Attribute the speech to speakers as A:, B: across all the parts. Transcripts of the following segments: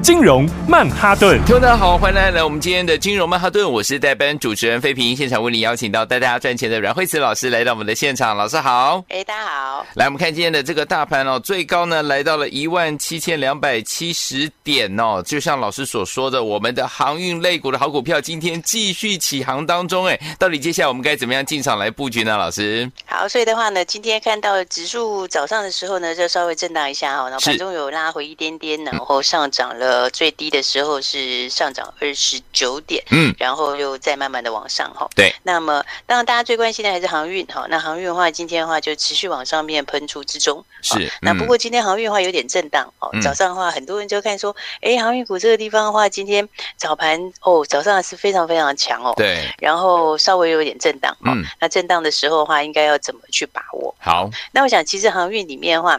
A: 金融曼哈顿。
B: 听众大家好，欢迎来到我们今天的金融曼哈顿，我是代班主持人费平，现场为你邀请到带大家赚钱的阮慧慈老师来到我们的现场，老师好。
C: 哎，大家好。
B: 来，我们看今天的这个大盘哦，最高呢来到了一万七千两百七十点哦。就像老师所说的，我们的航运类股的好股票今天继续起航当中，哎，到底接下来我们该怎么样进场来布局呢？老师，
C: 好，所以的话呢，今天看到指数早上的时候呢，就稍微震荡一下哈、哦，然后
B: 是
C: 盘中有拉回一点点，然后上涨了，最低的时候是上涨二十九点，
B: 嗯，
C: 然后又再慢慢的往上哈、哦。
B: 对，
C: 那么当然大家最关心的还是航运哈、哦，那航运的话，今天的话就持续往上面喷出之中。
B: 是
C: 哦那
B: 嗯
C: 不过今天航运的话有点震荡哦
B: 嗯，
C: 早上的话很多人就看说，哎，航运股这个地方的话，今天早盘哦，早上是非常非常强哦。
B: 对，
C: 然后稍微有点震荡哈、
B: 嗯
C: 那震荡的时候的话，应该要怎么去把握？
B: 好，
C: 那我想，其实航运里面的话，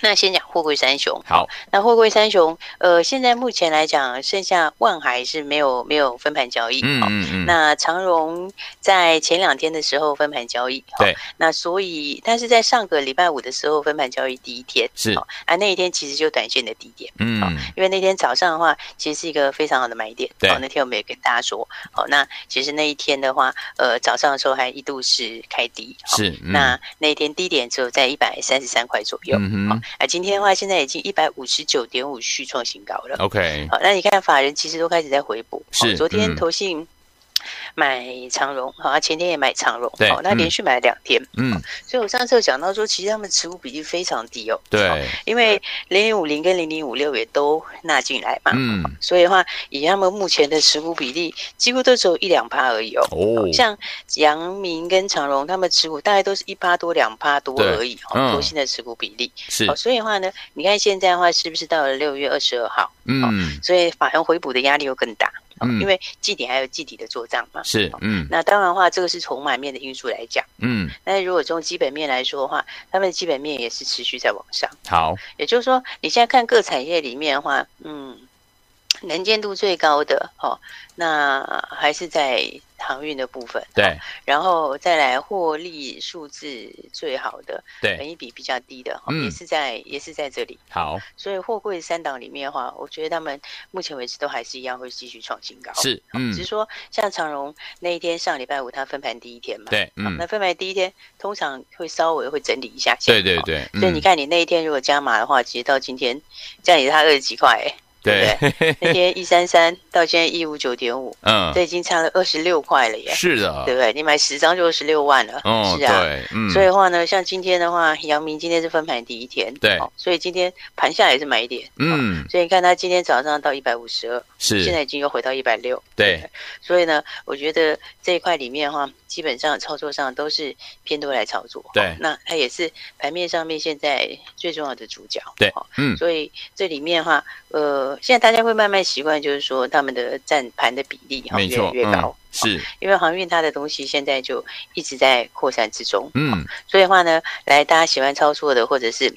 C: 那先讲货柜三雄。
B: 好，
C: 那货柜三雄，呃，现在目前来讲，剩下万海是没有没有分盘交易。
B: 嗯
C: 好
B: 嗯嗯，
C: 那长荣在前两天的时候分盘交易，
B: 对
C: 好那所以但是在上个礼拜五的时候分盘交易第一天
B: 是
C: 好啊，那一天其实就短线的低点，好
B: 嗯
C: 因为那天早上的话，其实是一个非常好的买点。哦
B: 对
C: 好那天我们也跟大家说，好，那其实那一天的话，呃，早上的时候还一度是开低，好
B: 是，嗯
C: 那那一天低点只有在一百三十三块左右，
B: 嗯
C: 好
B: 哼，
C: 啊，今天的话现在已经一百五十九点五续创新高了。哦
B: ，OK，
C: 好，那你看法人其实都开始在回补，好
B: 哦是
C: 昨天
B: 嗯
C: 投信买长荣，好，前天也买长荣，
B: 对
C: 好，那
B: 嗯
C: 连续买了两天，
B: 嗯，
C: 所以我上次有讲到说，其实他们持股比例非常低哦，好，
B: 对，
C: 因为零零五零跟零零五六也都纳进来嘛，
B: 嗯，
C: 所以的话，以他们目前的持股比例，几乎都只有一两趴而已哦。
B: 哦
C: 像阳明跟长荣，他们持股大概都是一趴多、两趴多
B: 对
C: 而已
B: 嗯
C: 哦，投信的持股比例。
B: 是
C: 哦，，所以的话呢，你看现在的话，是不是到了六月二十二号，
B: 嗯
C: 所以法人回补的压力又更大？哦
B: 嗯
C: 因为季底还有季底的做账嘛。
B: 是，嗯
C: 那当然的话，这个是从买面的因素来讲。
B: 嗯，
C: 那如果从基本面来说的话，他们的基本面也是持续在往上。
B: 好，
C: 也就是说，你现在看各产业里面的话，嗯，能见度最高的哦，那还是在航运的部分，
B: 对
C: 然后再来获利数字最好的，本
B: 对，
C: 益比比较低的，哦
B: 嗯
C: 也是在也是在这里。
B: 好，
C: 所以货柜三档里面的话，我觉得他们目前为止都还是一样会继续创新高。哦
B: 是，嗯
C: 只是说像长荣那一天上礼拜五它分盘第一天嘛，
B: 对，
C: 好，
B: 嗯
C: 那分盘第一天通常会稍微会整理一下下，
B: 对对
C: 哦
B: 对，
C: 所以你
B: 嗯
C: 看，你那一天如果加码的话，其实到今天，这样也差二十几块、 欸。
B: 对，
C: 那天一三三到现在一五九点五，
B: 嗯
C: 这，已经差了二十六块了耶，
B: 是的
C: 对，不对？你买十张就二十六万了，
B: 啊哦，
C: 是啊。
B: 对，嗯，
C: 所以的话呢，像今天的话，阳明今天是分盘第一天，哦
B: 对
C: 所以今天盘下也是买一点，哦
B: 嗯
C: 所以你看它今天早上到一百五十二，现
B: 是，
C: 在已经又回到一百六，
B: 对，
C: 所以呢，我觉得这一块里面的话，基本上操作上都是偏多来操作。
B: 对
C: 哦那它也是盘面上面现在最重要的主角。
B: 对
C: 哦，
B: 嗯
C: 所以这里面的话，呃，现在大家会慢慢习惯，就是说他们的占盘的比例哈、哦、
B: 没
C: 越来
B: 错，
C: 越高
B: 嗯。，是，
C: 因为航运它的东西现在就一直在扩散之中，
B: 嗯
C: 所以的话呢，来大家喜欢操作的或者是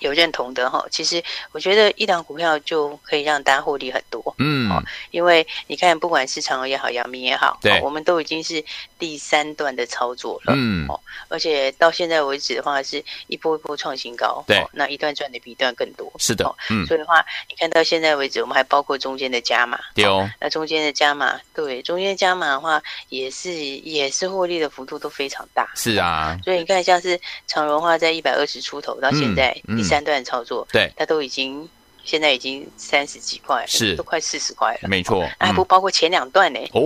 C: 有认同的哈、哦，其实我觉得一档股票就可以让大家获利很多。
B: 嗯，
C: 因为你看，不管是长荣也好，阳明也好，
B: 对
C: 哦我们都已经是第三段的操作了，
B: 嗯
C: 而且到现在为止的话，是一波一波创新高，
B: 对
C: 哦那一段赚的比一段更多，
B: 是的
C: 哦，
B: 嗯，
C: 所以的话，你看到现在为止，我们还包括中间的加码，
B: 丢，
C: 那中间的加码，对，中间加码的话，也是也是获利的幅度都非常大，
B: 是啊，
C: 所以你看，像是长荣的话，在一百二十出头到现在
B: 嗯嗯
C: 第三段操作，
B: 对，
C: 它都已经现在已经三十几块了，
B: 是
C: 都快四十块了。
B: 没错，
C: 哎那还啊不
B: 嗯，
C: 包括前两段呢、
B: 哦，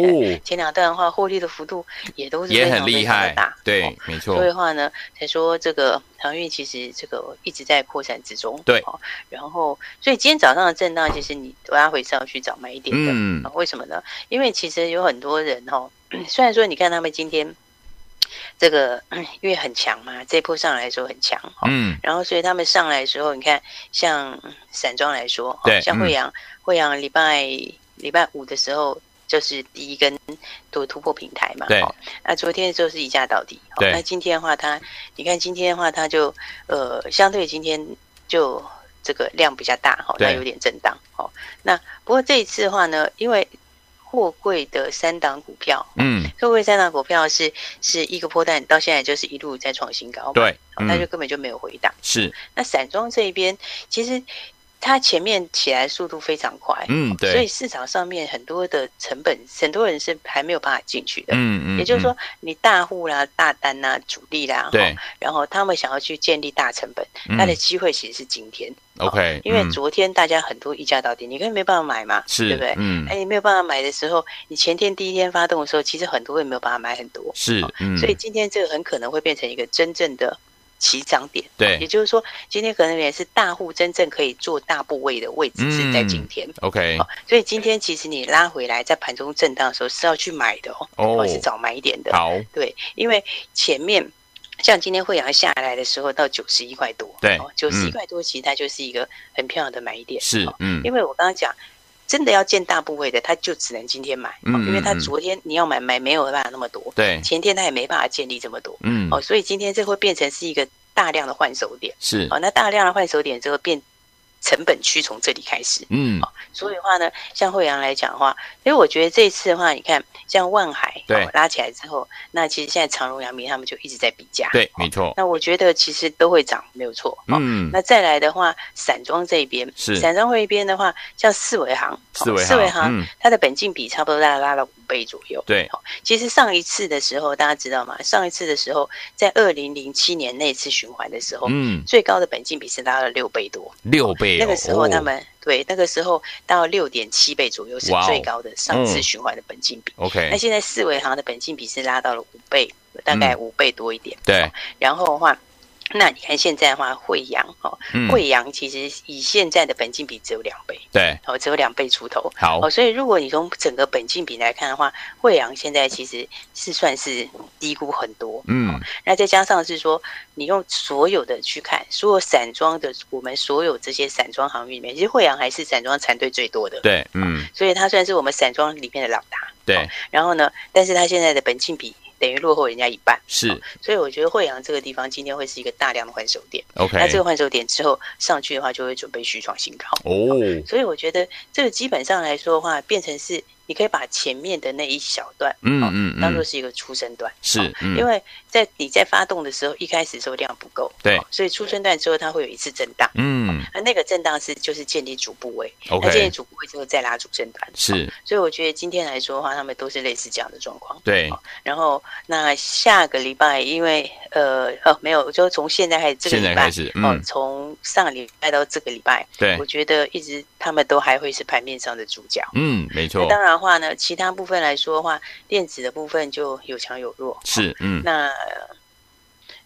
C: 前两段的话，获利的幅度也都是
B: 也
C: 非
B: 很
C: 常
B: 厉
C: 非常
B: 害
C: 的大，，
B: 对
C: 哦，
B: 没错
C: 所以，的话呢，才说这个航运其实这个一直在扩散之中。
B: 对
C: 哦，然后所以今天早上的震荡，其实你都要回是要去找买一点的、
B: 嗯
C: 啊为什么呢？因为其实有很多人哦， 虽然说你看他们今天这个 嗯因为很强嘛，这一波上来的时候很强，哦
B: 嗯，
C: 然后所以他们上来的时候，你看像散装来说，哦
B: 对
C: 像
B: 嗯
C: 惠阳，惠阳礼拜礼拜五的时候就是第一根突突破平台嘛。
B: 对
C: 哦那昨天就是一价到底。哦
B: 对
C: 那今天的话它，你看今天的话，它就呃，相对今天就这个量比较大哈、哦，
B: 对
C: 那有点震荡哈、哦。那不过这一次的话呢，因为货柜的三档股票，
B: 嗯，
C: 货柜三档股票是是一个波段，到现在就是一路在创新高嘛，
B: 对，
C: 哦，那就
B: 嗯，
C: 根本就没有回档。
B: 是，
C: 那散装这一边，其实它前面起来速度非常快，
B: 嗯，
C: 所
B: 对，
C: 以市场上面很多的成本，很多人是还没有办法进去的。
B: 嗯嗯，
C: 也就是
B: 嗯，
C: 说，你大户啦、大单啦、主力啦，
B: 对
C: 齁，然后他们想要去建立大成本，
B: 嗯
C: 它的机会其实是今天，哦
B: ，OK，
C: 因为
B: 嗯
C: 昨天大家很多溢价到底，你根本没办法买嘛，
B: 是，
C: 对不对？
B: 嗯
C: 哎，，你没有办法买的时候，你前天第一天发动的时候，其实很多人没有办法买很多，
B: 是，嗯，
C: 哦所以今天这个很可能会变成一个真正的起涨点。也
B: 对
C: 就是说，今天可能也是大户真正可以做大部位的位置是在今天。
B: ，OK，
C: 哦，所以今天其实你拉回来，在盘中震荡的时候是要去买的哦，
B: 哦
C: 或者是找买点的。
B: 好，
C: 对，因为前面像今天惠阳下来的时候到九十一块多，哦
B: 对
C: 九十一
B: 嗯
C: 块多其实它就是一个很漂亮的买点。
B: 是
C: 哦，
B: 嗯，
C: 因为我刚刚讲，真的要建大部位的，它就只能今天买，哦
B: 嗯
C: 因为它
B: 嗯嗯
C: 昨天你要买买没有办法那么多，
B: 对，
C: 前天它也没办法建立这么多。
B: 嗯，
C: 哦，所以今天这会变成是一个大量的换手点。
B: 是，
C: 哦，那大量的换手点之后变成本区从这里开始。
B: 嗯，
C: 所以的话呢，像惠阳来讲的话，因为我觉得这一次的话，你看像万海哦
B: 对
C: 拉起来之后，那其实现在长荣、阳明他们就一直在比价。
B: 对，
C: 哦
B: 没错，
C: 那我觉得其实都会涨，没有错。哦
B: 嗯，
C: 那再来的话，散装这一边，
B: 是
C: 散装这一边的话，像四维行，哦
B: 四维
C: 四维
B: 行，
C: 行
B: 嗯，
C: 它的本金比差不多大概拉了五倍左右。
B: 对
C: 哦，其实上一次的时候，大家知道吗？上一次的时候，在二零零七年那次循环的时候，
B: 嗯，
C: 最高的本金比是拉了六倍多。
B: 六倍哦，
C: 那个时候他
B: 哦
C: 们、对那个时候到六点七倍左右是
B: 哇哦
C: 最高的上
B: 嗯
C: 次
B: 哎
C: 循环的本金比。那
B: ，OK，
C: 现在四维行的本金比是拉到了五倍，大
B: 嗯
C: 概五倍多一点。
B: 对，
C: 然后的话，那你看现在的话，惠阳哦，
B: 嗯，
C: 惠阳其实以现在的本金比只有两倍，
B: 对，
C: 哦，只有两倍出头。
B: 好
C: 哦，，所以如果你从整个本金比来看的话，惠阳现在其实是算是低估很多。
B: 嗯，
C: 那再加上是说，你用所有的去看，所有散装的，我们所有这些散装航运里面，其实惠阳还是散装船队最多的，
B: 对，嗯，
C: 所以它算是我们散装里面的老大。
B: 对，
C: 然后呢，但是它现在的本金比等于落后人家一半，
B: 是
C: 所以我觉得惠阳这个地方今天会是一个大量的换手点。
B: ，OK，
C: 那这个换手点之后上去的话，就会准备续创新高。
B: 哦，
C: 所以我觉得这个基本上来说的话，变成是你可以把前面的那一小段，
B: 嗯
C: 哦
B: 嗯
C: 当做
B: 嗯，
C: 是一个出生段，
B: 是
C: 哦
B: 嗯
C: 因为在你在发动的时候，一开始的时候量不够，
B: 对
C: 哦所以出生段之后它会有一次震荡，
B: 嗯
C: 而那个震荡是就是建立主部位，那建立
B: ，OK，
C: 主部位之后再拉主升段，哦
B: 是，
C: 所以我觉得今天来说的话，他们都是类似这样的状况。
B: 对，
C: 然后那下个礼拜，因为呃哦没有，就从现在开始这个
B: 现
C: 礼
B: 在
C: 拜
B: 开。始，
C: 哦
B: 嗯，，
C: 从上礼拜到这个礼拜，
B: 对
C: 我，觉得一直他们都还会是盘面上的主角。
B: 嗯，没
C: 那
B: 错，
C: 当然的话呢，其他部分来说的话，电子的部分就有强有弱。
B: 是，嗯
C: 那呃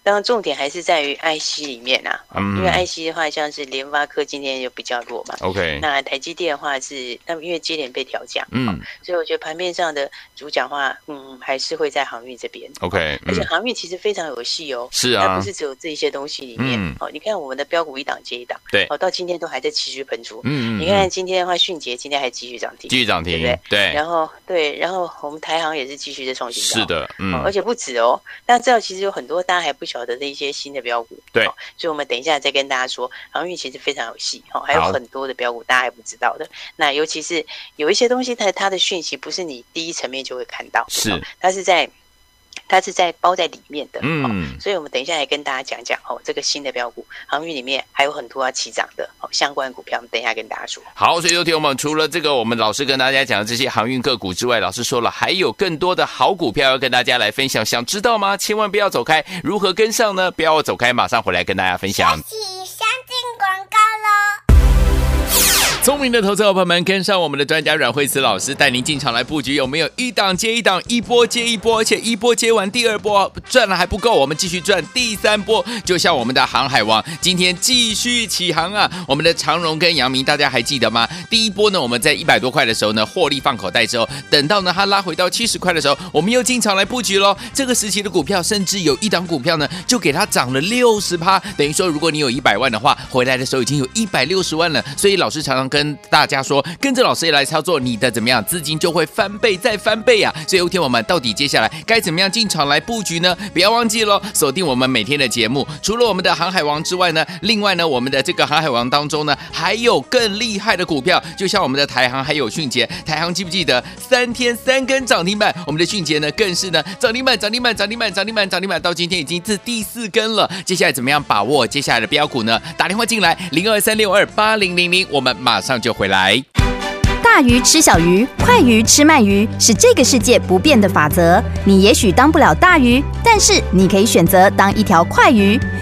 C: 当然重点还是在于 IC 里面啊，
B: 嗯，
C: 因为 IC 的话，像是联发科今天就比较弱嘛。
B: OK，
C: 那台积电的话是，那么因为接连被调降，
B: 嗯
C: 所以我觉得盘面上的主角的话，嗯，还是会在航运这边，
B: ，OK，
C: 而且
B: 嗯，
C: 航运其实非常有戏哦，
B: 是
C: 它
B: 啊
C: 不，是只有这些东西里面。
B: 嗯
C: 哦，你看我们的标股一档接一档，
B: 对
C: 哦，到今天都还在持续喷出。
B: 嗯，
C: 你看今天的话，迅捷今天还继续涨停，
B: 继续涨停，对，
C: 然后对，然后我们台行也是继续在创新高，
B: 是的，
C: 哦、而
B: 嗯，
C: 且不止哦。那这其实有很多大家还不晓得的一些新的标股，
B: 对
C: 哦所以我们等一下再跟大家说，航运其实非常有戏哦，还有
B: 好
C: 很多的标股大家还不知道的。那尤其是有一些东西它它的讯息不是你第一层面就会看到，
B: 是
C: 哦它是在它是在包在里面的，哦
B: 嗯，
C: 所以我们等一下来跟大家讲讲哦，这个新的标股航运里面还有很多要起涨的哦相关股票，我们等一下跟大家说。
B: 好，所以有听我们除了这个我们老师跟大家讲的这些航运个股之外，老师说了还有更多的好股票要跟大家来分享，想知道吗？千万不要走开，如何跟上呢？不要走开，马上回来跟大家分享。
D: 是相进广告喽。
B: 聪明的投资者朋友们，跟上我们的专家阮慧慈老师带您进场来布局，有没有一档接一档，一波接一波，而且一波接完第二波赚了还不够，我们继续赚第三波。就像我们的航海王今天继续起航啊，我们的长荣跟阳明大家还记得吗？第一波呢，我们在一百多块的时候呢，获利放口袋之后，等到呢它拉回到七十块的时候，我们又进场来布局喽。这个时期的股票，甚至有一档股票呢，就给它涨了六十趴，等于说如果你有一百万的话，回来的时候已经有一百六十万了。所以老师常常跟跟大家说，跟着老师来操作，你的怎么样，资金就会翻倍再翻倍啊！所以，有天我们到底接下来该怎么样进场来布局呢？不要忘记喽，锁定我们每天的节目。除了我们的航海王之外呢，另外呢，我们的这个航海王当中呢，还有更厉害的股票，就像我们的台航还有迅捷，台航记不记得三天三根涨停板？我们的迅捷呢，更是呢涨停板、涨停板、涨停板、涨停板、涨停板，到今天已经是第四根了。接下来怎么样把握接下来的标股呢？打电话进来零二三六二八零零零，我们马上就回来。
E: 大鱼吃小鱼，快鱼吃慢鱼，是这个世界不变的法则。你也许当不了大鱼，但是你可以选择当一条快鱼。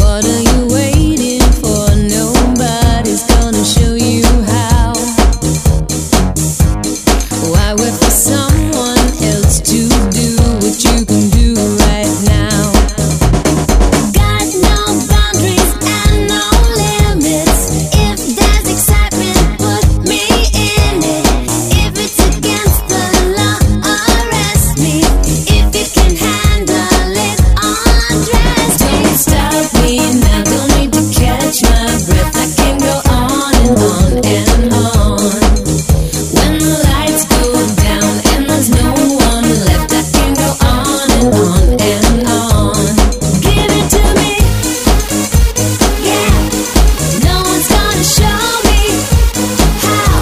F: What are you waiting for? Nobody's gonna show you how. Why wait for someone else to do what you can do right now? Got no boundaries and no limits. If there's excitement, put me in it. If it's against the law, arrest me. If you can handle it, undress me. Don't stop me now. Don't need to catch my breath. I can go on and on and on. When the lights go down and there's no one left, I can go on and on and on. Give it to me, yeah. No one's gonna show me how.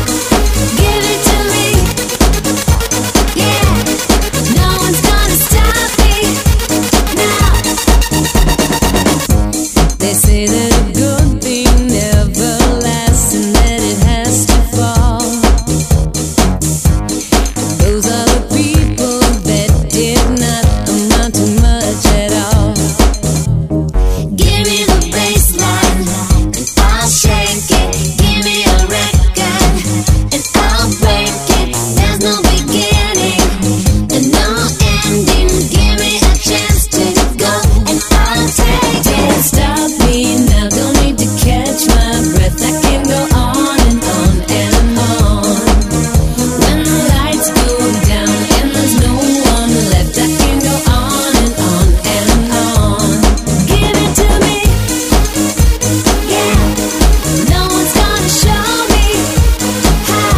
F: Give it to me, yeah. No one's gonna stop me now. They say that a good thing never lasts and that it has to fall. Those are the people that did not amount to much at all. Give me the baseline and I'll shake it. Give me a record and I'll break it. There's no beginning and no ending. Give me a chance to go and I'll take it. Don't stop me now. Don't need to catch my breath. I can go on and on and on. When the lights go down and there's no one left, I can go on and on and on. Give it to me, yeah. No one's gonna show me how.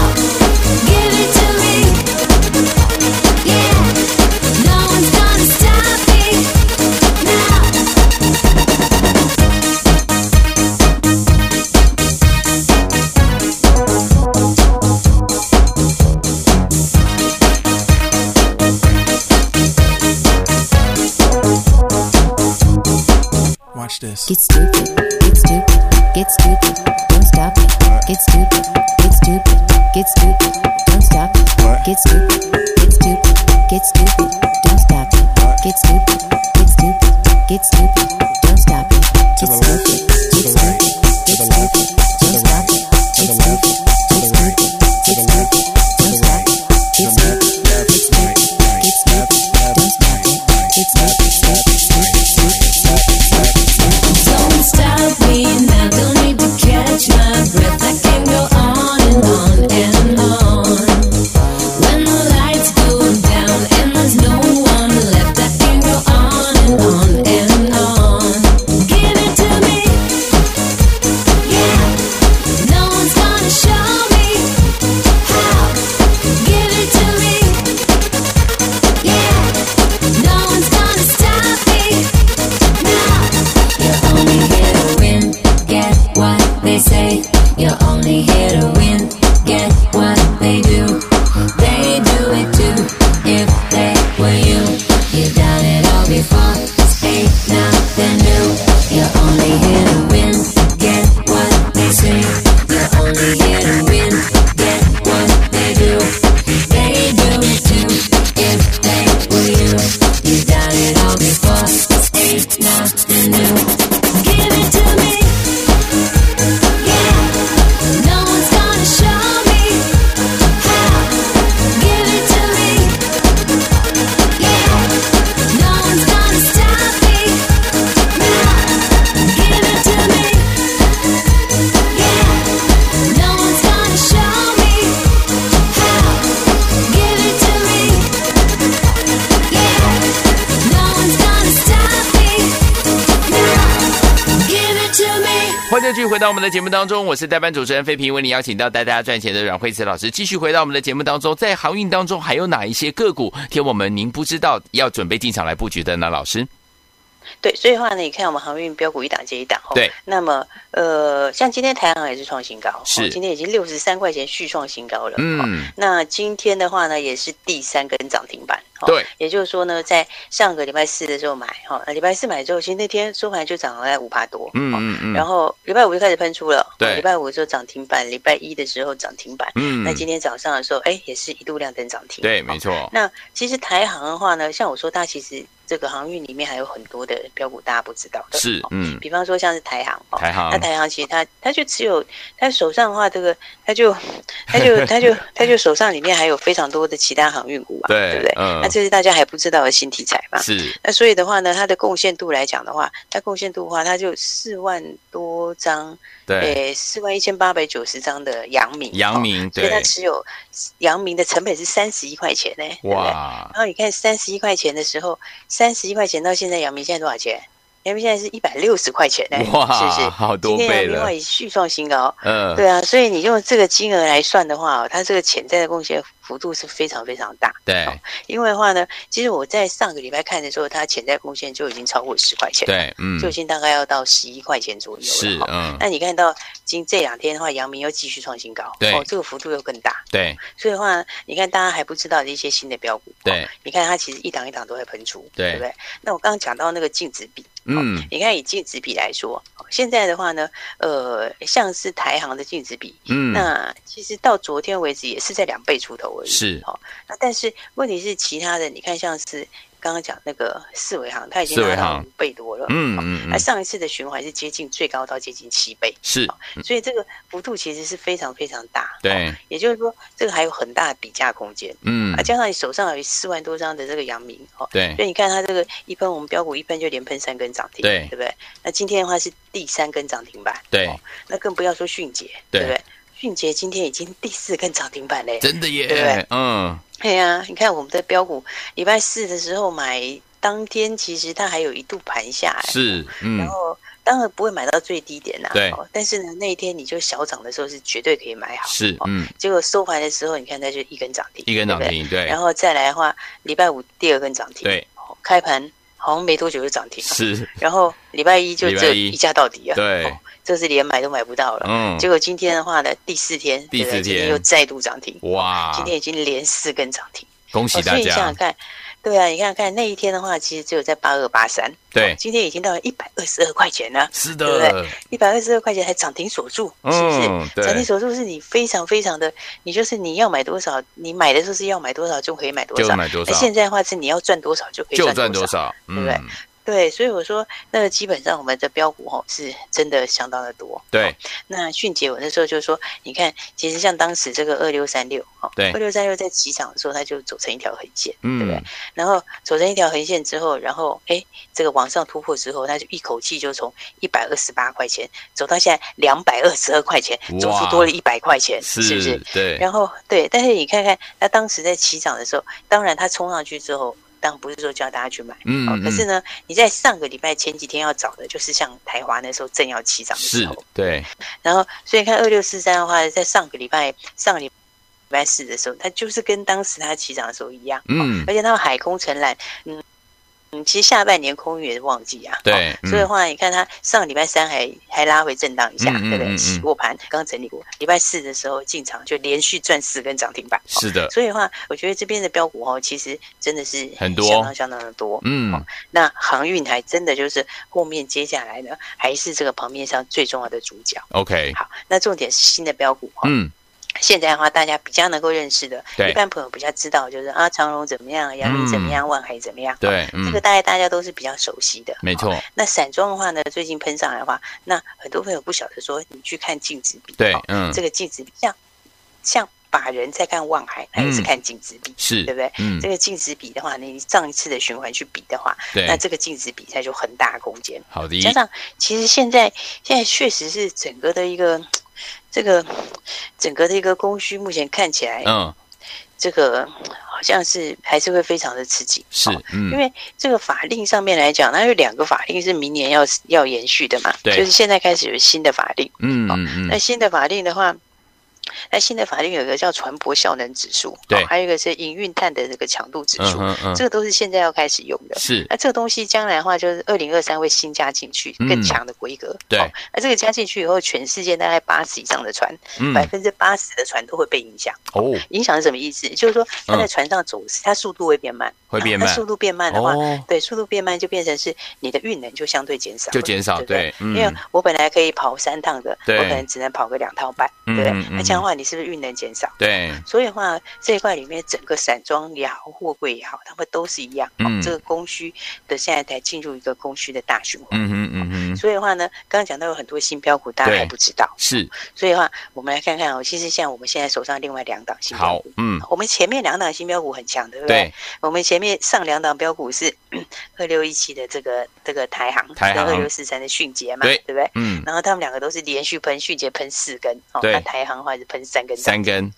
F: Give it to me, yeah. No one's gonna stop me now.
G: Watch this.
F: Get stupid, get stupid, get stupid, don't stop it. Get stupid, get stupid, get stupid, don't stop it.
G: What?
F: Get stupid, get stupid, get stupid, don't stop it.
G: What?
F: Get stupid, get stupid, get stupid, don't stop it. Get
G: To the left,
F: stupid,
G: to
F: get
G: the right,
F: stupid,
G: to
F: get
G: the left,
F: stupid, don't
G: to the
F: stop
G: right,
F: it. Get
G: to the left,
F: stupid,
G: to
F: get
G: the right,
F: stupid,
G: to
F: get
G: the
F: stupid,
G: right, to
F: don't
G: the
F: stop
G: right,
F: it. Get stupid, get stupid, get stupid,
G: to the left, left, right, right, left, left,
F: don't stop it.
G: right,
F: Get stupid,
G: right,
F: stupid,
G: right,
F: stupid,
G: right,
F: stupid,
G: right,
F: stupid. You're only here to win. Get what they do. They do it too. If they were you, you've done it all before. This ain't nothing new. You're only here to win. Get what they say. You're only here to win. Get what they do. They do it too. If they were you, you've done it all before. This ain't nothing new. Give it to me. Yeah. No one's gonna show me how. Give it to me. Yeah. No one's gonna stop me now. Give it to me. Yeah. No one's gonna show me how. Give it to me. Yeah. No one's gonna stop me now. Give it to me.
B: 欢迎继续回到我们的节目当中，我是代班主持人费平，为您邀请到带大家赚钱的阮慧慈老师，继续回到我们的节目当中。在航运当中，还有哪一些个股，听我们您不知道要准备进场来布局的呢？老师，
C: 对，所以的话呢，你看我们航运标股一档接一档哦。
B: 对。
C: 那么，呃，像今天台航也是创新高，哦
B: 是
C: 今天已经六十三块钱续创新高了。哦
B: 嗯，
C: 那今天的话呢，也是第三根涨停板。哦
B: 对，
C: 也就是说呢，在上个礼拜四的时候买哈，呃那礼拜四买之后，其实那天收盘就涨了大概五帕多。
B: 嗯
C: 哦
B: 嗯嗯，
C: 然后礼拜五就开始喷出了，
B: 对
C: 礼拜五的时候涨停板，礼拜一的时候涨停板，
B: 嗯
C: 那今天早上的时候，哎，也是一度亮灯涨停，
B: 对，
C: 哦
B: 没错，
C: 那其实台航的话呢，像我说，它其实这个航运里面还有很多的标股大家不知道的，
B: 是
C: 哦
B: 嗯，
C: 比方说像是台航哦。
B: 台航
C: 那，台航其实它它就只有它手上的话，这个它就它就 它就它就手上里面还有非常多的其他航运股啊，
B: 对
C: 不对？
B: 嗯
C: 那这是大家还不知道的新题材嘛。
B: 是，
C: 那所以的话呢，它的贡献度来讲的话，它贡献度的话，它就四万多张，
B: 对，
C: 诶，四万一千八百九十张的阳明，
B: 阳
C: 哦，
B: 明，
C: 所以它
B: 对，
C: 持有阳明的成本是三十一块钱呢、对不对
B: 哇，
C: 然后你看三十一块钱的时候，三十一块钱到现在，阳明现在多少钱？阳明现在是一百六十块钱呢、是不
B: 哇，
C: 是？
B: 好多
C: 今天
B: 倍
C: 阳明
B: 了
C: 话，也续创新高，
B: 嗯，
C: 对啊，所以你用这个金额来算的话哦，它这个潜在的贡献幅度是非常非常大。
B: 对，
C: 因为的话呢，其实我在上个礼拜看的时候，它潜在贡献就已经超过十块钱，，
B: 对，嗯
C: 就，已经大概要到十一块钱左右了。
B: 是，
C: 哦
B: 嗯，
C: 那你看到今这两天的话，阳明又继续创新高，
B: 对
C: 哦，这个幅度又更大。
B: 对，
C: 所以的话，你看大家还不知道的一些新的标股，
B: 对
C: 哦你看它其实一档一档都在喷出，
B: 对
C: 不对？那我刚刚讲到那个净值比，
B: 嗯，
C: 你看以净值比来说，哦现在的话呢，呃，像是台行的净值比，
B: 嗯，
C: 那其实到昨天为止也是在两倍出头而已，
B: 是
C: 哦。那但是问题是其他的，你看像是刚刚讲那个四维行，它已经
B: 四维
C: 拿到
B: 行
C: 五倍多了，哦
B: 嗯嗯
C: 那
B: 嗯，
C: 上一次的循环是接近最高到接近七倍，
B: 是，
C: 所以这个幅度其实是非常非常大。
B: 对
C: 哦也就是说这个还有很大的比价空间。
B: 嗯
C: 啊，，加上你手上有四万多张的这个阳明，哦，
B: 对
C: 所，以你看它这个一喷，我们标股一喷就连喷三根涨停，
B: 对
C: 对不对？那今天的话是第三根涨停板，
B: 对
C: 哦那更不要说迅捷，
B: 对
C: 对不对？迅捷今天已经第四根涨停板嘞，
B: 真的
C: 对不
B: 耶
C: 对，
B: 嗯，
C: 对呀、你看我们的标股礼拜四的时候买，当天其实它还有一度盘下，哎，
B: 是，嗯
C: 然，后当然不会买到最低点啦、
B: 对
C: 哦但是呢，那一天你就小涨的时候是绝对可以买好，
B: 是，
C: 哦
B: 嗯，
C: 结果收盘的时候，你看它就一根涨停，
B: 一根涨
C: 对不对
B: 停，对
C: 然，后再来的话，礼拜五第二根涨停，
B: 对，
C: 哦，开盘好像没多久就涨停了，
B: 是，
C: 然后礼拜一就
B: 礼拜
C: 这
B: 一
C: 一价到底啊，
B: 对
C: 哦，这是连买都买不到了。
B: 嗯，
C: 结果今天的话呢，第四天，
B: 第
C: 对不对
B: 四
C: 今天
B: 天
C: 又再度涨停，
B: 哇，
C: 今天已经连四根涨停，
B: 恭
C: 哦
B: 喜
C: 所
B: 大
C: 以你想
B: 家
C: 想，看。对啊，你看看那一天的话，其实只有在八二八三，
B: 对
C: 哦今天已经到了一百二十二块钱了，
B: 是
C: 对
B: 的，
C: 一百二十二块钱还涨停锁住，是不是？
B: 嗯，
C: 涨停
B: 对，
C: 锁住是你非常非常的，你就是你要买多少，你买的时候是要买多少就可以买多
B: 就
C: 少，
B: 买多
C: 那
B: 少，
C: 现在的话是你要赚多少就可以
B: 就
C: 赚
B: 赚
C: 多
B: 多。少，
C: 对不对
B: 嗯，
C: 对，所以我说那个基本上我们的标股吼是真的相当的多。
B: 对，
C: 那迅捷我那时候就说，你看，其实像当时这个二六三六哈，
B: 对
C: 二六三六在起涨的时候它就走成一条横线，对不
B: 嗯
C: 对，？然后走成一条横线之后，然后哎，这个往上突破之后，它就一口气就从一百二十八块钱走到现在两百二十二块钱，足足
B: 哇
C: 多了一百块钱，是不
B: 嗯是
C: 是？，
B: 对，
C: 然后对，但是你看看它当时在起涨的时候，当然它冲上去之后，当然不是说叫大家去买，
B: 嗯
C: 哦
B: 嗯，
C: 可是呢，你在上个礼拜前几天要找的就是像台华那时候正要起涨的时
B: 是
C: 候，，
B: 对，
C: 然后所以看二六四三的话，在上个礼拜上个礼拜四的时候，它就是跟当时它起涨的时候一样，
B: 嗯
C: 而且它海空承揽，嗯。嗯，其实下半年空运也是旺季啊，
B: 对
C: 哦所以
B: 嗯
C: 的话，你看它上个礼拜三还还拉回震荡一下，
B: 嗯嗯
C: 对不
B: 嗯嗯
C: 对？洗过盘，刚整理过，礼拜四的时候进场就连续赚四根涨停板，哦
B: 是的，
C: 所以的话，我觉得这边的标股哦，其实真的是
B: 很多
C: 相当相当的多。哦
B: 嗯，
C: 那航运还真的就是后面接下来呢，还是这个盘面上最重要的主角。
B: OK，
C: 好，那重点是新的标股哦。
B: 嗯，
C: 现在的话，大家比较能够认识的，
B: 对嗯
C: 一般朋友比较知道就是啊，长荣怎么样，阳明怎么样，万海怎么样，哦
B: 对，嗯
C: 这个，哦大概大家都是比较熟悉的。
B: 没错，
C: 那散装的话呢，最近喷上来的话，那很多朋友不晓得说，你去看净值比，
B: 对
C: 哦，
B: 嗯，
C: 这个净值比像像法人在看望海，他也是
B: 嗯
C: 看净值比，
B: 是，
C: 对不对？
B: 嗯
C: 这，个净值比的话，你上一次的循环去比的话，那
B: 对，
C: 这个净值比它就很大空间。
B: 好的，
C: 加上，其实现在现在确实是整个的一个这个整个的一个供需，目前看起来，
B: 嗯，
C: 这个好像是还是会非常的刺激。
B: 是
C: 哦，
B: 嗯，
C: 因为这个法令上面来讲，它有两个法令是明年要要延续的嘛，
B: 对
C: 就是现在开始有新的法令。
B: 嗯
C: 哦
B: 嗯
C: 那
B: 嗯，
C: 新的法令的话，那新的法令有一个叫船舶效能指数，哦
B: 对
C: 还有一个是营运碳的这个强度指
B: 嗯
C: 数，
B: 哼嗯
C: 这个都是现在要开始用的。
B: 是，
C: 那这个东西将来的话，就是二零二三会新加进去
B: 嗯
C: 更强的规格。
B: 对
C: 哦那这个加进去以后，全世界大概八十以上的船，
B: 嗯，
C: 百分之八十的船都会被影响。
B: 哦，
C: 影响是什么意思？就是说它在
B: 嗯
C: 船上走，它速度会变慢，
B: 会变
C: 那
B: 慢
C: 速度变慢的话，
B: 哦，
C: 对，速度变慢就变成是你的运能就相对减少了，
B: 就减少，
C: 对不对
B: 对，。嗯
C: 因为我本来可以跑三趟的，我
B: 对
C: 可能只能跑个两趟半，对
B: 嗯
C: 不对
B: 嗯？嗯
C: 那这样的话，你是不是运能减少？
B: 对，
C: 所以的话，这一块里面整个散装也好，货柜也好，它们都是一样。
B: 嗯
C: 哦，这个供需的现在才进入一个供需的大循环。
B: 嗯哼嗯哼，
C: 所以的话呢，刚刚讲到有很多新标股，大家
B: 对
C: 还不知道。
B: 是，
C: 所以的话，我们来看看哦，其实像我们现在手上另外两档新标
B: 好
C: 股，，
B: 嗯，
C: 我们前面两档新标股很强，对不对？
B: 对，
C: 我们前面上两档标股是二六一七的这个这个台行，
B: 台航
C: 跟二六四三的迅捷嘛，
B: 对
C: 对不对？
B: 嗯，
C: 然后他们两个都是连续喷，迅捷喷四根，哦，
B: 对
C: 那台行的话是喷三根，
B: 三根，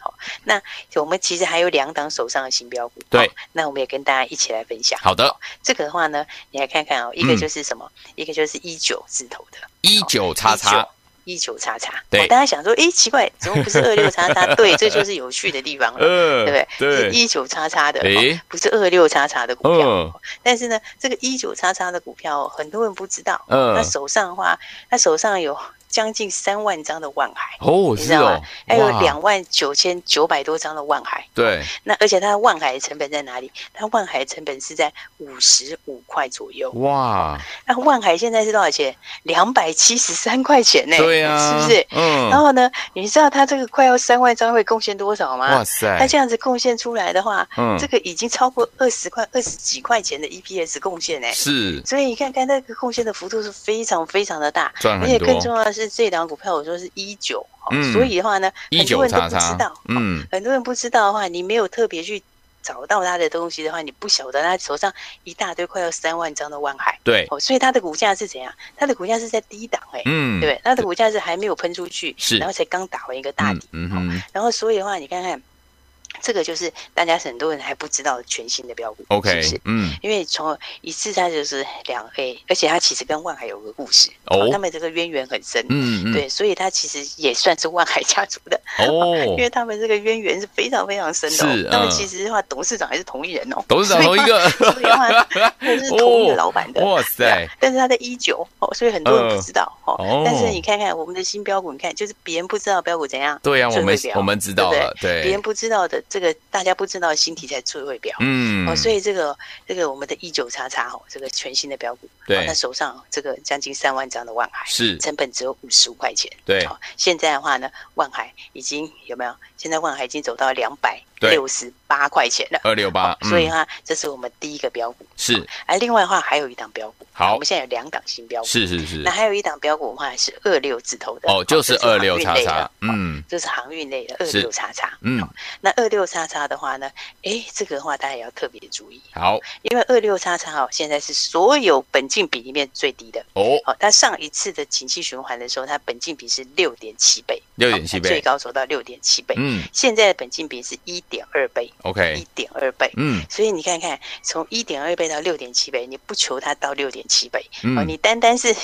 C: 我们其实还有两档手上的新标股，
B: 对
C: 哦那我们也跟大家一起来分享。
B: 好嗯的，
C: 这个的话呢，你来看看哦，一个就是什么，一个就是一九字头的
B: 一九叉叉，
C: 一九叉叉。
B: 对
C: 哦大家想说，诶，奇怪，怎么不是二六叉叉？对，这就是有趣的地方了，
B: 呃，
C: 对不对？
B: 对，
C: 是一九叉叉的，
B: 诶
C: 哦不是二六叉叉的股票。
B: 嗯
C: 但是呢，这个一九叉叉的股票哦，很多人不知道。
B: 嗯
C: 他手上的话，他手上有将近三万张的万海，
B: 哦，
C: 你
B: 是
C: 知道
B: 哦
C: 吗，还有
B: 哇
C: 两万九千九百多张的万海。
B: 对，
C: 那而且它的万海的成本在哪里？它万海的成本是在五十五块左右。
B: 哇，
C: 那万海现在是多少钱？两百七十三块钱呢、
B: 对啊，
C: 是不是？
B: 嗯，
C: 然后呢，你知道它这个快要三万张会贡献多少吗
B: 哇？塞
C: 那，这样子贡献出来的话，
B: 嗯
C: 这个已经超过二十块、二十几块钱的 EPS 贡献呢、
B: 是
C: 所以你看看那个贡献的幅度是非常非常的大，
B: 赚嗯
C: 而
B: 很
C: 且更重
B: 多，
C: 要的是这档股票我说是一九、哦
B: 嗯
C: 所以的话呢，
B: 一
C: 很多
B: 九
C: 人都
B: 叉
C: 不
B: 叉
C: 知道，，
B: 嗯，
C: 很多人不知道的话，你没有特别去找到他的东西的话，你不晓得他手上一大堆快要三万张的万海
B: 对，
C: 哦，所以他的股价是怎样？他的股价是在低档哎、
B: 嗯，
C: 对不对？他的股价是还没有喷出去，
B: 是
C: 然后才刚打完一个大底，哦
B: 嗯嗯哼
C: 然后所以的话，你看看这个就是大家很多人还不知道全新的标股是不
B: ，OK，
C: 是？
B: 嗯，
C: 因为从一次它就是两 A，而且它其实跟万海有个故事，
B: 哦
C: 他们这个渊源很深，
B: 嗯嗯，
C: 对，所以它其实也算是万海家族的
B: 哦
C: 因，为啊他们这个渊源是非常非常深的、哦。
B: 是
C: 他们
B: 嗯
C: 其实的话，董事长还是同一人哦，
B: 董事长同哦一 个，
C: 所以的话，他是同一个老板的。
B: 哇
C: 对
B: 塞，
C: 啊但是他在一九哦，所以很多人不知道哦。
B: 哦
C: 但是你看看我们的新标股，你看就是别人不知道标股怎样，
B: 对啊呀，我
C: 最会
B: 们
C: 表
B: 我们知道了，
C: 别人
B: 对，
C: 不知道的这个大家不知道的新题材最会标。
B: 嗯
C: 哦，，所以这个这个我们的一九叉叉哦，这个全新的标股，
B: 对
C: 哦那手上这个将近三万张的万海，
B: 是，
C: 成本只有五十五块钱。
B: 对
C: 好，现在的话呢，万海已经有没有？现在万海已经走到两百六十八块钱了。
B: 二六八，
C: 好哦所以
B: 嗯
C: 的话，这是我们第一个标股。
B: 是
C: 而另外的话，还有一档标股。
B: 好
C: 我们现在有两档新标股。
B: 是是是
C: 那，还有一档标股的话是二六字头的。
B: 哦，就是
C: 这
B: 二六
C: 航运
B: 叉
C: 类的
B: 叉，。
C: 哦
B: 嗯
C: 这是航运类的二
B: 是
C: 六叉叉。
B: 嗯，
C: 那二六叉叉的话呢，诶，这个的话大家也要特别注意，
B: 好
C: 因为二六叉叉哦，现在是所有本净比里面最低的。
B: 哦，
C: 好、它上一次的景气循环的时候，它本净比是六点七倍，
B: 六点七
C: 好最
B: 倍，
C: 高走到六点七倍。
B: 嗯
C: 现在的本金比是一点二倍，一
B: ，OK，
C: 点二倍。
B: 嗯
C: 所以你看看，从一点二倍到六点七倍，你不求它到六点七倍，哦，
B: 嗯，
C: 你单单是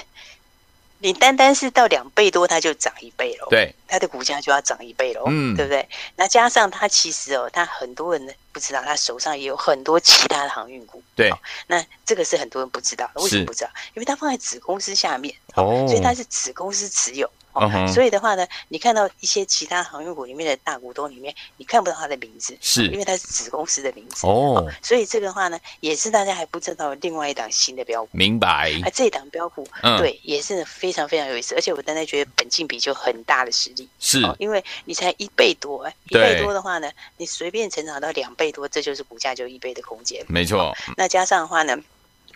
C: 你单单是到两倍多，它就涨一倍喽。
B: 对，
C: 它的股价就要涨一倍喽，
B: 嗯
C: 对不对？那加上它其实哦，它很多人不知道，它手上也有很多其他的航运股。
B: 对
C: 好那这个是很多人不知道的，为什
B: 是
C: 么不知道？因为它放在子公司下面，
B: 哦
C: 所以它是子公司持有。哦
B: 嗯哼
C: 所以的话呢，你看到一些其他航运股里面的大股东里面，你看不到他的名字，
B: 是
C: 因为它是子公司的名字。
B: 哦，
C: 所以这个话呢，也是大家还不知道的另外一档新的标股。
B: 明白，
C: 啊，这档标股、
B: 嗯
C: 对也是非常非常有意思，而且我单单觉得本金比就很大的实力，
B: 是
C: 哦，因为你才一倍多，哎一
B: 对
C: 倍多的话呢，你随便成长到两倍多，这就是股价就一倍的空间。
B: 没错，
C: 那加上的话呢，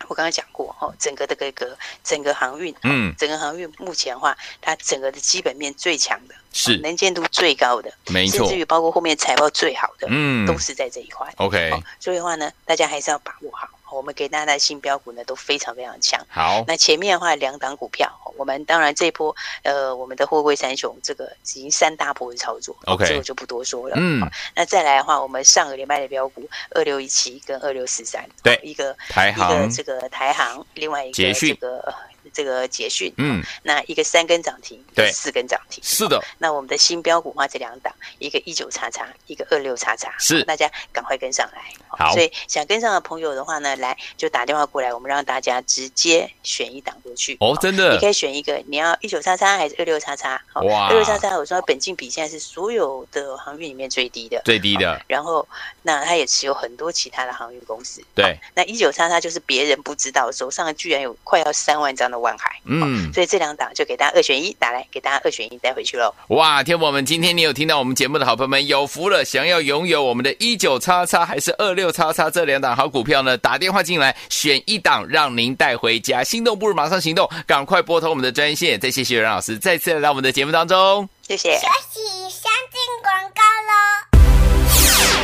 C: 我刚刚讲过哦，整个的这个整个航运，哦
B: 嗯，
C: 整个航运目前的话，它整个的基本面最强的，哦
B: 是
C: 能见度最高的，
B: 没
C: 甚
B: 错
C: 至，于包括后面财报最好的，
B: 嗯
C: 都是在这一块。
B: ，OK，
C: 哦，所以的话呢，大家还是要把握好。哦我们给大家的新标股呢都非常非常强。
B: 好，
C: 那前面的话，两档股票，哦我们当然这一波，呃，我们的货柜三雄这个已经三大波的操作
B: OK
C: 这个就不多说了。
B: 嗯
C: 哦，那再来的话，我们上个礼拜的标股二六一七跟二六四三，
B: 对
C: 哦一个
B: 台
C: 一
B: 航
C: 个这个台航，另外一
B: 捷
C: 个
B: 讯
C: 这个这个捷讯，
B: 嗯
C: 哦，那一个三根涨停，一个
B: 对
C: 四根涨停，
B: 是的，
C: 那我们的新标股话这两档，一个一九叉叉，一个二六叉叉，
B: 是
C: 大家赶快跟上来。
B: 好
C: 所以想跟上的朋友的话呢，来就打电话过来，我们让大家直接选一档过去。
B: 哦，真的
C: 你可以选一个，你要一九叉叉还是二六叉叉？好
B: 哇
C: 二六叉叉，我说本金比现在是所有的航运里面最低 的。
B: 最低的，
C: 然后，那它也持有很多其他的航运公司。
B: 对
C: 好，那一九叉叉就是别人不知道，手上居然有快要三万张的万海。哦
B: 嗯，
C: 所以这两档就给大家二选一，打来给大家二选一带回去喽。
B: 哇，天宝们，今天你有听到我们节目的好朋友们有福了，想要拥有我们的一九叉叉还是二六叉叉这两档好股票呢？打电话进来选一档，让您带回家。心动不如马上行动，赶快拨通我们的专线。再谢谢阮老师再次来到我们的节目当中。
C: 谢谢。
D: 学习先进广告喽。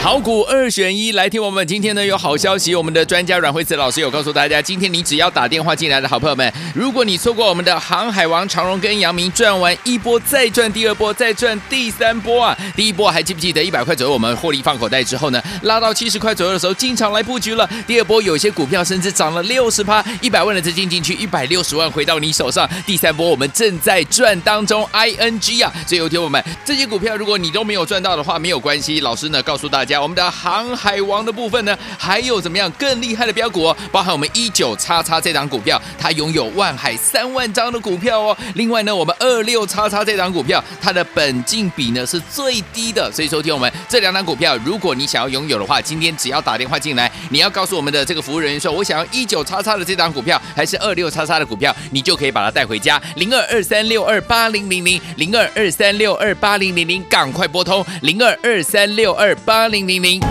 B: 好股二选一，来听我们今天呢有好消息，我们的专家阮慧慈老师有告诉大家，今天你只要打电话进来的好朋友们，如果你错过我们的航海王长荣跟杨明赚完一波，再赚第二波，再赚第三波啊！第一波还记不记得一百块左右我们获利放口袋之后呢，拉到七十块左右的时候进场来布局了。第二波有些股票甚至涨了六十趴，一百万的资金进去，一百六十万回到你手上。第三波我们正在赚当中，ING 啊，所以有听我们这些股票，如果你都没有赚到的话，没有关系。老师呢告诉大家，我们的航海王的部分呢，还有怎么样更厉害的标股哦，包含我们一九叉叉这档股票，它拥有万海三万张的股票哦。另外呢，我们二六叉叉这档股票，它的本金比呢是最低的，所以说听我们这两档股票，如果你想要拥有的话，今天只要打电话进来，你要告诉我们的这个服务人员说，我想要一九叉叉的这档股票，还是二六叉叉的股票，你就可以把它带回家。零二二三六二八零零零零二二三六二八零零零，赶快拨通零二二三六二八零零零。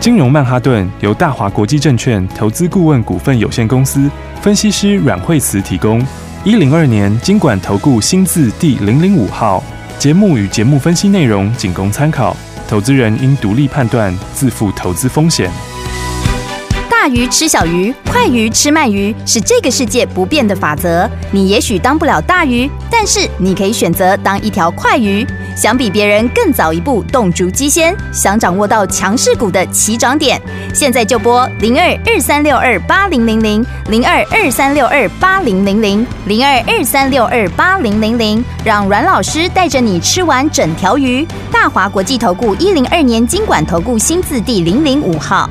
A: 金融曼哈顿由大华国际证券投资顾问股份有限公司分析师阮惠慈提供。一零二年经管投顾新字第零零五号。节目与节目分析内容仅供参考，投资人应独立判断，自负投资风险。
E: 大鱼吃小鱼，快鱼吃慢鱼，是这个世界不变的法则。你也许当不了大鱼，但是你可以选择当一条快鱼。想比别人更早一步动足机先，想掌握到强势股的起涨点，现在就拨零二二三六二八零零零零二二三六二八零零零零二二三六二八零零零，让阮老师带着你吃完整条鱼。大华国际投顾一零二年经管投顾新字第零零五号。